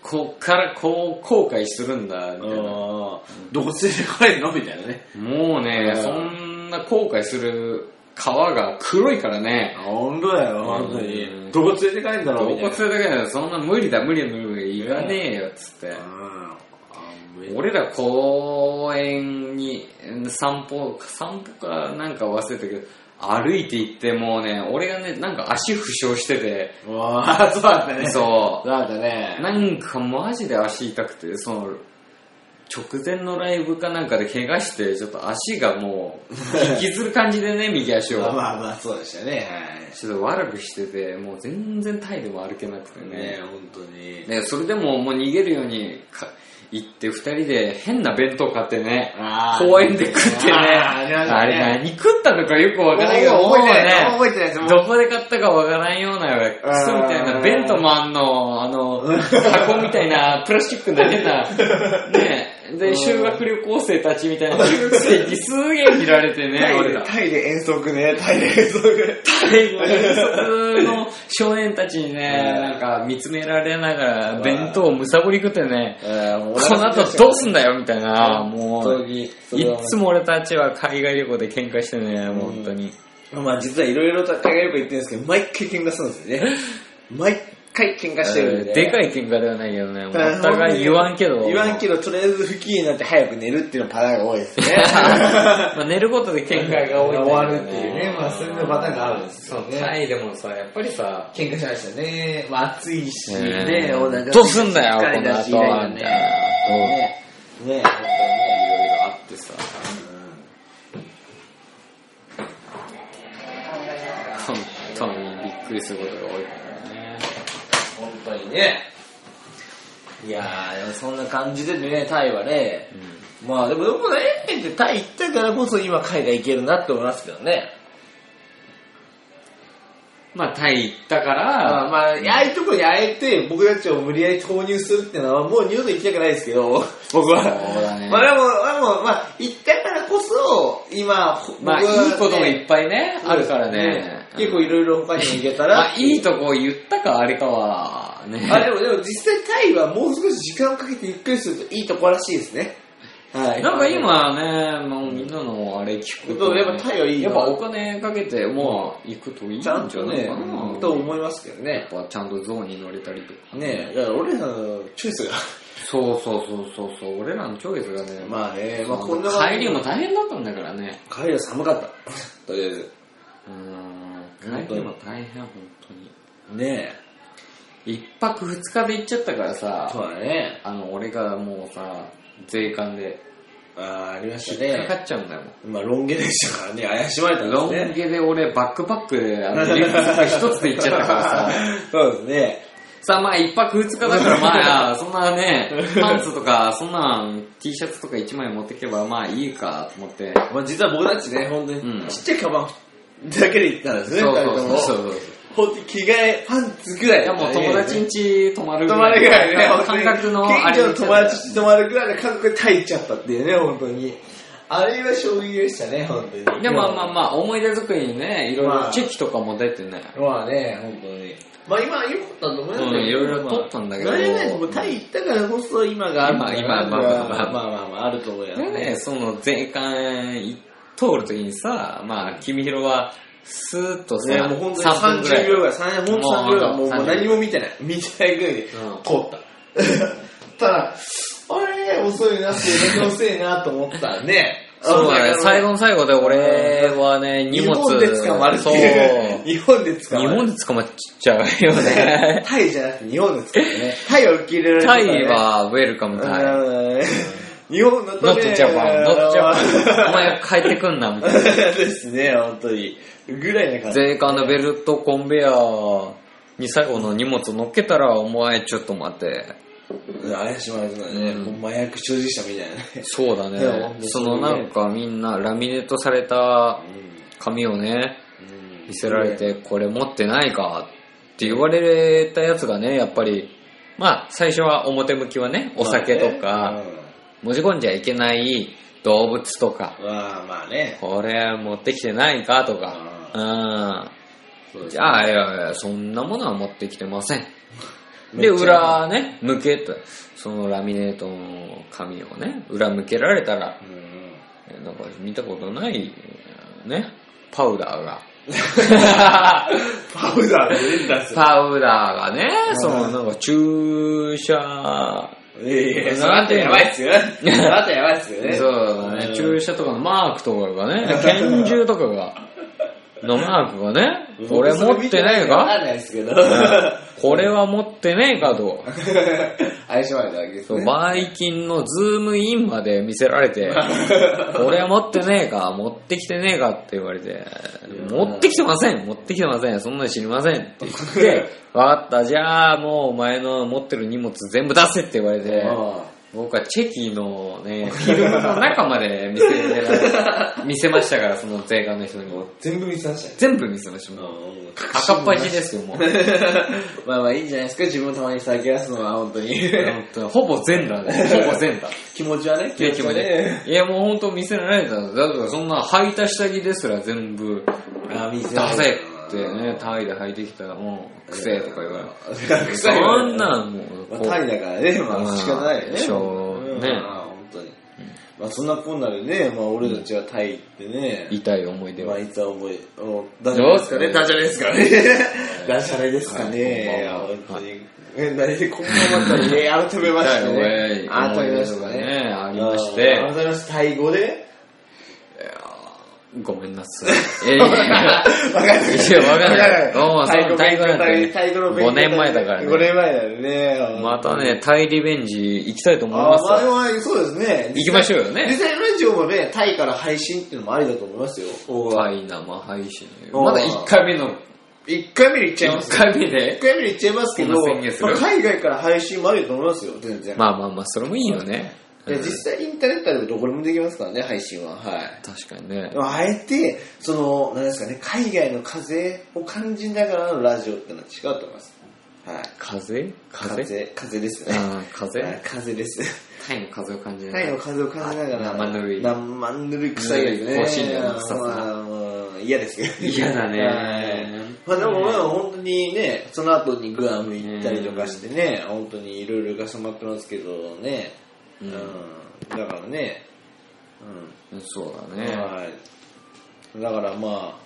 こっからこう後悔するんだ、みたいな。どこ連れてこれんのみたいなね。もうねう、んそんな後悔する皮が黒いからね。本当だよ、本当うんに。どこ連れて帰んだどろうみこたいな。連れてかないそんな無理だ、無理だ、無理だ、行かねえよ、つって。うんあ無理俺ら公園にうん散歩、散歩かなんか忘れたけど、歩いて行ってもうね、俺がね、なんか足負傷してて、うわあ、そうだったね。う。そだったう。ね。なんかマジで足痛くて、その、直前のライブかなんかで怪我して、ちょっと足がもう、引きずる感じで [laughs] ね、右足を。まあまあまあ、そうでしたね。ちょっと悪くしてて、もう全然タイでも歩けなくてはい。ねね。本当に。で、それでももう逃げるようにか、行って二人で変な弁当買ってね、あー公園で食ってね、あーありましたねあれ何食ったのかよくわからないけど、覚えてないもう覚えてないですもうどこで買ったかわからんような、クソみたいあな、ー弁当もあんの、あの、箱みたいな、プラスチックの変 [laughs] な、ね、うで、ん修学旅行生たちみたいな、中学生にすげえ見られてね、タイ俺でら。タイで遠足ね、タイで遠足。 [laughs] 普通の少年たちにね、うんなんか見つめられながら弁当をむさぼり食ってね、この後どうすすんだよみたいな、もう、いいっつも俺たちは海外旅行で喧嘩してね、もう本当に。まあ実はいろいろと海外旅行行ってるんですけど、毎回喧嘩するんですよ [laughs] ね。毎回喧嘩してるんで。でかい喧嘩ではないけどね、もうお互い言わんけど。言わんけど、とりあえず不機嫌になって早く寝るっていうのパターンが多いで [laughs] す [laughs] ね。まあ寝ることで喧嘩が多いと終わるっていうねまあそういうパターンがあるんですよねそうタイでもさ、やっぱりさ、喧嘩しましたね。まあ暑いし、ねね、お腹どうすんだよ、疲これのたし後は、ねみたいな。うんいろねねいろあってさ、本当にびっくりすることが多いからね。本当にね。いやー、でもそんな感じでね、タイはね。まあでも、でもね、ってタイ行ったからこそ今海外行けるなって思いますけどね。まあ、タイ行ったかまあ、ら、まあ、ああいうところにあえて僕たちを無理やり投入するっていうのはもう二度と行きたくないですけど、僕は。そうだねまあでも、まあでも、まあ、行ったからこそ、今、まあ、僕はいいこともいっぱいね、あるからね。結構いろいろ他にも行けたら。まあ、いいとこ言ったか、あれかは、ね。あでも、でも実際タイはもう少し時間をかけてゆっくりするといいとこらしいですね。は [laughs] い。なんか、今ね、もうみんなのあれ聞くと、そうやっぱ太陽いいやなっぱお金かけて、まあ、行くといいんちじゃゃなんいかとな。ね、と思いますけどやねっ。ぱちゃんとゾーンに乗れたりとか。ねだから俺らのチョイスが。 [laughs] そうそうそうそうそう、俺らのチョイスがね、まあね、まあこんな帰りも大変だったんだからね。帰りは寒かった。 [laughs] とりあえず。うーん、帰りも大変、本当に。ね一泊二日で行っちゃったからそうさ、だね。あの、俺がもうさ、税関であーありました引っかね。かっちゃうんだよ、もん。まあロン毛でしたからね、怪しまれたんロンですね。毛で俺バックパックで、あの、リュックサック一つで行っちゃったからさ、 [laughs] そうですね。さあまあ一泊二日だからまあ、[laughs] そんなね、パンツとか、そんなん T シャツとか一枚持ってけばまあいいかと思って。まあ実は僕たちね、本当うんにちっちゃいカバンだけで行ったんですね、そう二そ人うとそうも。そうそう。本当に着替え、パンツぐらい。いやもう友達ん家泊まる泊まるぐらいね、感覚のあ近れ所での友達に泊まるぐらいの感覚でタイ行っちゃったっていうね、本当に。あれは衝撃でしたね、本当に。でもまあまあまあ、思い出作りにね、いろいまろあチェキとかも出てね。あ。まあね、本当に。まあ今は良かったと思いますけどうんいろいろ撮ったんだけどまあ慣れないともうタイ行ったからこそ今があるから今今まあまあまあまあまあまああると思うよでね、。その税関通るときにさ、まあ、君広は、スーッとさ、ね、もう本当に30秒ぐらい、3本当30秒ぐらい、もうもうもう何も見てない。見てないぐらいで、うん通った。 [laughs] ただ、あれ、遅いなって、だけ遅いなと思ったらね。そうだねあ、最後の最後で俺はね、荷物。日本で捕まるってそう。いう。日本で [laughs] 捕日ま本る。で捕まっち [laughs] ゃうよね。タイじゃなくて日本で捕まるね。タイは受け入れらタれてイるからね。はウェルカムタイ。うん日本だノとッね。トジャパン、ノットジャパン。 [laughs] お前帰ってくんな、みたいな。ですね、本当に。ぐらいな感じ。税関のベルトコンベヤーに最後の荷物乗っけたら、お前ちょっと待て。怪しまれてたね。うんもう麻薬所持者みたいなね。そうだいや本当ね。にそのなんかみんなラミネートされた紙をね、見せられて、これ持ってないかって言われたやつがね、やっぱり、まあ最初は表向きはね、お酒とまあか、ね持ち込んじゃいけない動物とか、うんまあまあね。これ持ってきてないかとか、うん。じゃあ、いやいや、そんなものは持ってきてません。で、めっちゃ裏ね、向けた、そのラミネートの紙をね、裏向けられたらう、んえなんか見たことない、ね、パウダーが。 [laughs] パウダーで出てたん [laughs] ですよ。パウダーがね、そのうんなんか注射、いやいや、その後やばいっすよ。その後やばいっすよね。そうだね、注射とかのマークとかがね、拳銃とかが、のマークがね、これ持ってねえわかかんないですけど。これは持ってねえかと。 [laughs] 相性まれたわけですそうね。 [laughs] バイキンのズームインまで見せられ [laughs] て、これ持ってねえか、持ってきてねえかって言われて、持ってきてません、持ってきてません、そんなの知りませんって言 [laughs] って、わかった、じゃあもうお前の持ってる荷物全部出せって言われて、あ僕はチェキのね、フィルムの中まで見 [laughs] せ、見せましたから、その税関の人に。全部見せましたね。全部見せましたもん。赤っ端です [laughs] よ、もう。まあまあいいんじゃないですか、自分をたまにさらけ出すのは本当に。本当ほぼ全裸です。ほぼ全裸。 [laughs] 気持ちはね、いや、気持ち悪いいや、もう本当見せられたんだ。だからそんな履いた下着ですら全部、あ見せらダれたセってね、タイで履いてきたらもう、くせえとか言 [laughs] われる。くさいよそんなんもう、まあ、タイだからね、まうんあ仕方ないよね。しょううんねまあ本当に。まあそんなこんなでね、まあ俺たちはタイってね、痛い思い出まはあ。いつは覚え、おダどうですかねダジャレですからね。 [laughs] ダジャレですかはいね。いこんやばんは本当に。え、何でこんばんはったらね、改めましてね。はい改めまし思い出とたかねね。ありましてあ改めまして、タイ語でごめんなさい。ええ。わ [laughs] かんない。いや、わかんない。どうも、そのタイ語なんて、タイ語の勉強5年前だから5ね。年前だよね。またね、タイリベンジ行きたいと思いあままあすよ。まあそうですね。行きましょうよ実ね。際ラジオもね、タイから配信っていうのもありだと思いますよ。タイ生配信。うんまだ1回目の、一回目に行っちゃいます1回目で一。回目に行っちゃいますけど、そんな宣言するまあ海外から配信もありだと思いますよ、全然。まあまあまあ、それもいいよね。でうん実際インターネットあればどこでもできますからね、配信は。はい。確かにねで。もあえて、その、なんですかね、海外の風を感じながらのラジオってのは違うと思います。はい。風風風、風ですね。ああ、風はい風です。タイの風を感じる。タイの風を感じながら、生ぬるい生ぬるい臭いですね。甲子園の臭さまあまあ嫌ですけど。嫌だねはいまあでも、まあ本当にね、その後にグアム行ったりとかしてね、本当にいろいろ重なってますけどね。ううんん。だからね。そうだうん。ね。はい。だからまあ、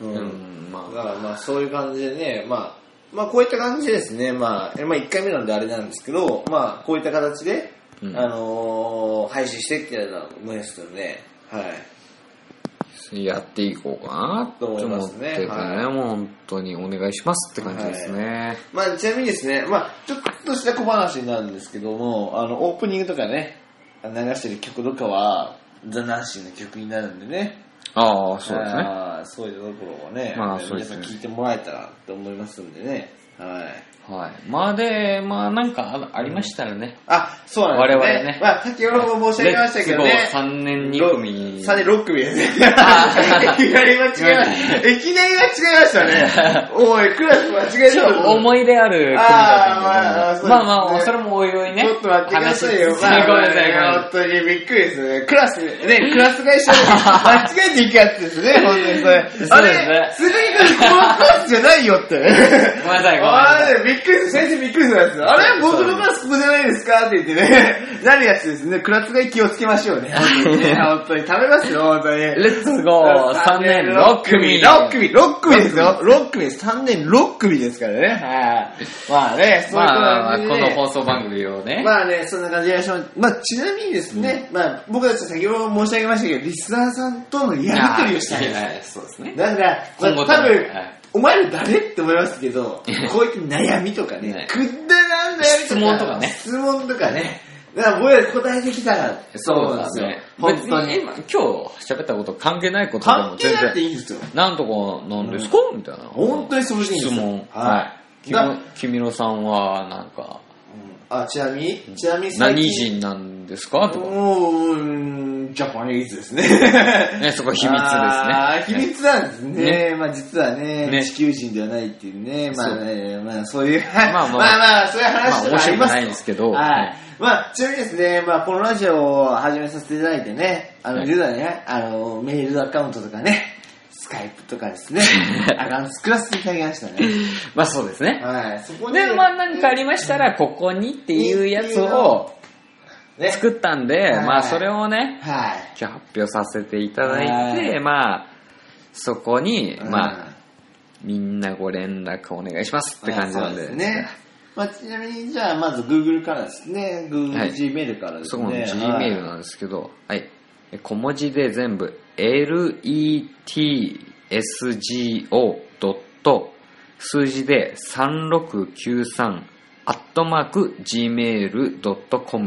う。うんん、まだあ。からまあそういう感じでね、まあ、まあこういった感じでですね、まあ、えまあ1回目なんであれなんですけど、まあこういった形で、うんあのー配信してっていうのは思いますけどね。はい。やっていこうかなとと思い思まっすてねてね、はもう本当にお願いしますって感じですね。まあ、ちなみにですね、まあ、ちょっとした小話になるんですけども、あの、オープニングとかね、流してる曲とかは、ザ・ナンシーの曲になるんでね。ああ、そうですね。あーそういうところをね、まあそうですね皆さん聞いてもらえたらと思いますんでね。はい。はい。まあで、まあなんかあありましたらね。あ、そうなんですね。我々ねまあ、先ほども申し上げましたけどね。 3年2組。 3年6 [laughs] 組ですね。いきあなり間違え [laughs] ました。いきなり間違えましたね。おい、クラス間違えちちょゃっとう。思い出ある組だったんで、あーまあまあまそうですねあ、それもおいおいね。ちょっと待ってくださいよ。話まあ、ごめんなさい、ごめんなさ本当にびっくりですね。クラス、ね、クラス [laughs] 会社で間違えていくやつですね、本当にそれ。あれ、すぐにこのクラスじゃないよって。い。ごめんなさい、ごめんなさい。あれ、びっくりする、先生びっくりするやつ。あれ、僕のクラスここじゃないですかって言ってね、 [laughs] なるやつですね。クラス会気をつけましょうね。本当にね、本当に食べますよ、本当に。レッツゴー !3 年6組6組 !6 組ですよ !6 組です。3年6組ですからね。はい。まあね、そういうまことなあ、んでこねの放送番組をね。まあね、そんな感じでやりましょう。まあ、ちなみにですね、まあ、僕たちは先ほども申し上げましたけど、リスナーさんとのやり取りをしたいいです。やいやそうですね。なんか、ま今後あ、とも多分はい、お前ら誰って思いますけど、こういった悩みとかねね、くだらん悩みとか、質問とかね質問とかね、だから僕ら答えてきたら、そうなでんですすよね。。本当別に。今今日喋ったこと関係ないことでも関係全なくて然、いいんですよ。なんとかなんですか、みたいな。本当にその質問。はい。きなみきみろさんは、なんか、あ、ちなみに、ちなみに最何近、人なんですかとか。うーん、ジャパニーズですね。ね、そこは秘密あーですね。秘密なんですね。ねまあ実はねね地球人ではないっていうね、まそあうね、まあそういう、ま [laughs] まああまあまあ、まあ、そういうまあ話と面かあ白りくますないんですけど、はい。まあ、ちなみにですね、まあ、このラジオを始めさせていただいてね、あはの、い実はね、あの、メールアカウントとかね、スカイプとかですね、 [laughs] アカウント作らせていただきましたね。まあそうですね。はい。そこで、で、まあ何かありましたら、ここにっていうやつをね、作ったんで、はいまあそれをね、はい。今日発表させていただいて、はまあ、そこに、まあ、あ、みんなご連絡お願いしますって感じなんで、そうすね。まあ、ちなみに、じゃあ、まず Google からですね、Google、はい Gmail からですそね。このはい Gmail なんですけど、はい。え小文字で全部、letsgo. 数字で3693アットマーク gmail.com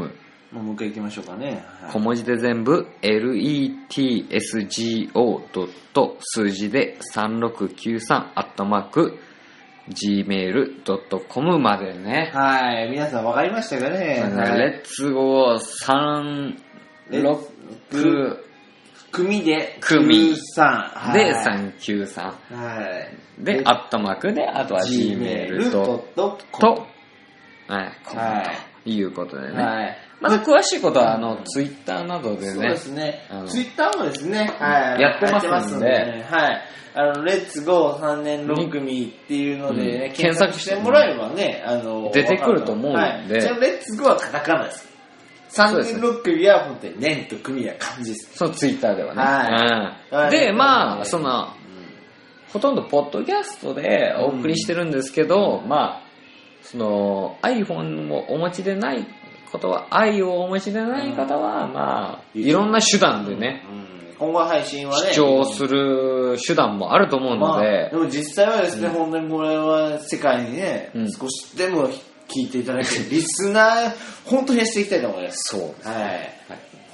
もうもう一回行きましょうかね。はい小文字で全部 letsgo. 数字で3693アットマーク gmail.com までね。はい。皆さん分かりましたかね、レッツゴー3、レッ6組で、組3。はいで393。はい。で、アットマークで、あとは gmail と、と、はい、こはういうことでい。ね。はい。まず詳しいことは、あの、ツイッターなどでそうねで、すねあの。ツイッターもですね、はい。やってますんでやねはい。あの、レッツゴー3年6組っていうのでうねん、検索してもらえばね、あの、出てくると思うんではいちなみにレッツゴーはカタカナです。3年6組は本当に年と組は漢字です。そのツイッターではね。はいはいで、まはあ、いその、ほとんどポッドキャストでお送りしてるんですけど、まあ、その iPhone をお持ちでないことは、i をお持ちでない方は、まあ、いろんな手段でね、うん今後配信はね、視聴する手段もあると思うのまあでで、も実際はですね、本当にこれは世界にね、うん少しでも聞いていただ [laughs] けるリスナー、本当に増やしていきたいと思いまそす。うですはい。はい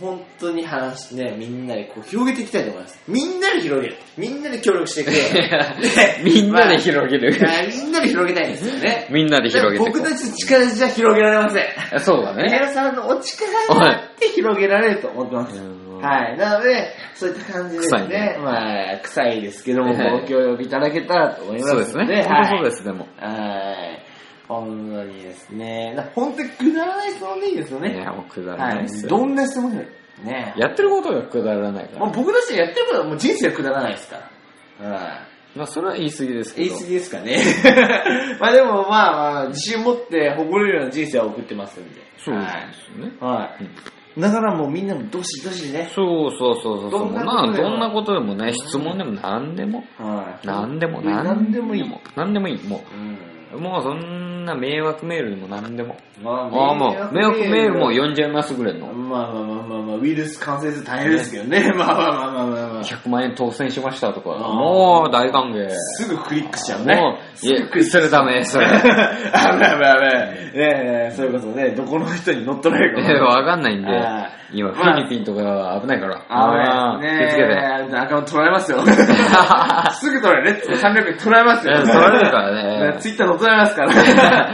本当に話してね、みんなでこう広げていきたいと思います。みんなで広げる。みんなで協力していく。 [laughs] ね [laughs] みんなでま広げる。あはいみんなで広げたいんですよね。みんなで広げていこ僕たちの力じゃ広げられません。う。 [laughs] そうだね。皆さんのお力によって広げられると思ってます。ははい。なので、そういった感じです臭ね。いねまあ、臭いですけども、はいご協力いただけたらと思いい。ますそうので。ですね。本当はい。そうです、でも。はい。本当にですね。な本当にくだらない質問でいいですよいね。や、もうくだらはないいです。よど。んな質問でもいいね。やってることがくだらないからもう。僕たちがやってることはもう人生はくだらないですから。はい。まあ、それは言い過ぎですけ言ど。い過ぎですかね。 [laughs] まあでもまあまあ、自信持って誇れるような人生は送ってますんで。そうはなんいで。すよね。はい。だからもうみんなもどしどしね。そうそうそうそうそう。どんなまあ、ことでもどんなことでもね、質問でも何でも、はい。何でも、何でもいい。何でもいい。もうんう、もうそんな迷惑メールでも何でも。まああ、もう、迷惑メールも読んじゃいますぐらいまあの。まあまあまあまあ、ウイルス感染数大変ですけどね。まあまあまあまあまあまあ。 100万円当選しましたとか、あーもう大歓迎。すぐクリックしちゃうね。もう、いすぐクリや、ックしちそ [laughs] ゃう。れダメ、そ [laughs] 危れ。ない危ない危ない。ねえねえ、それこそね、どこの人に乗っ取られるかえも。わかんないんであー、今、フまあィリピンとかは危ないから。ああぶーない気でをつけすねて。え。アカウント取られ [laughs] ますよ。すぐ取られる。レッツゴー300円取られますよ。え取られるからね [laughs] ツイッター乗っ取られま [laughs] すから。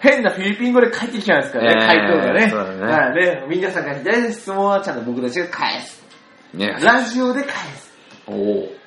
変なフィリピン語で返ってきちゃうんですからね、ええ回答そうだねがね。ね。皆さんから左の質問はちゃんと僕たちが返す。ね。ラジオで返す。お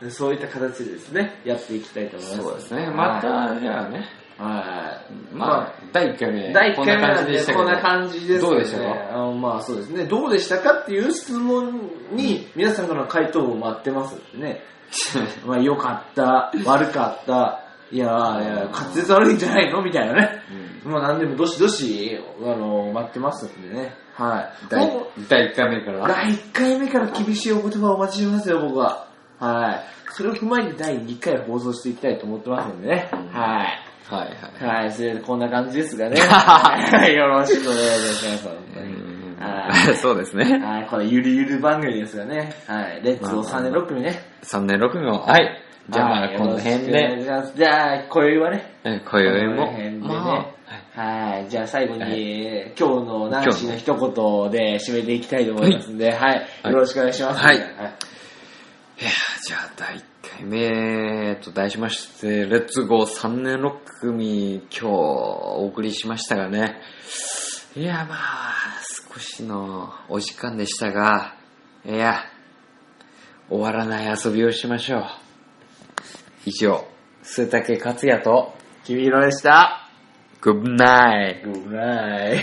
お。そういった形でですね、やっていきたいと思います。そうですね。また、じゃあね。た、はい。まあ、第1回目。第1回目こんななん感じででしたけこど。んな感じですね。どうでしたかあのまあそうですね。どうでしたかっていう質問に、皆さんからの回答を待ってますんでね。 [laughs] まあ良かった、悪かった、いやー、いやー滑舌悪いんじゃないのみたいなね。もう何でもどしどし、あの待ってますんでね。はい。第もう第1回目から。第1回目から厳しいお言葉をお待ちしてますよ、僕は。はい。それを踏まえて第2回放送していきたいと思ってますんでね。うんはい。はいははい、それでこんな感じですが [laughs] ね。はいよろしくお願いします。本当いにうんは。そうですね。はい、このゆるゆる番組ですよね。はい、レッツを3年6組ね。 3年6組も。はい。じゃあまあ、はいこの辺。で、よろしくお願いしますじゃあ、今宵はね。え今宵もこの辺でね。まはい、じゃあ最後に、は今日のナンシーの一言で締めていきたいと思いますんで、はい、はいよろしくお願いします。はいはいあいやーじゃあ第1回目と題しまして、レッツゴー3年6組、今日お送りしましたがね。いや、まあ、少しのお時間でしたが、いや、終わらない遊びをしましょう。以上、末竹克也と、君色でした。 Good night. うまい。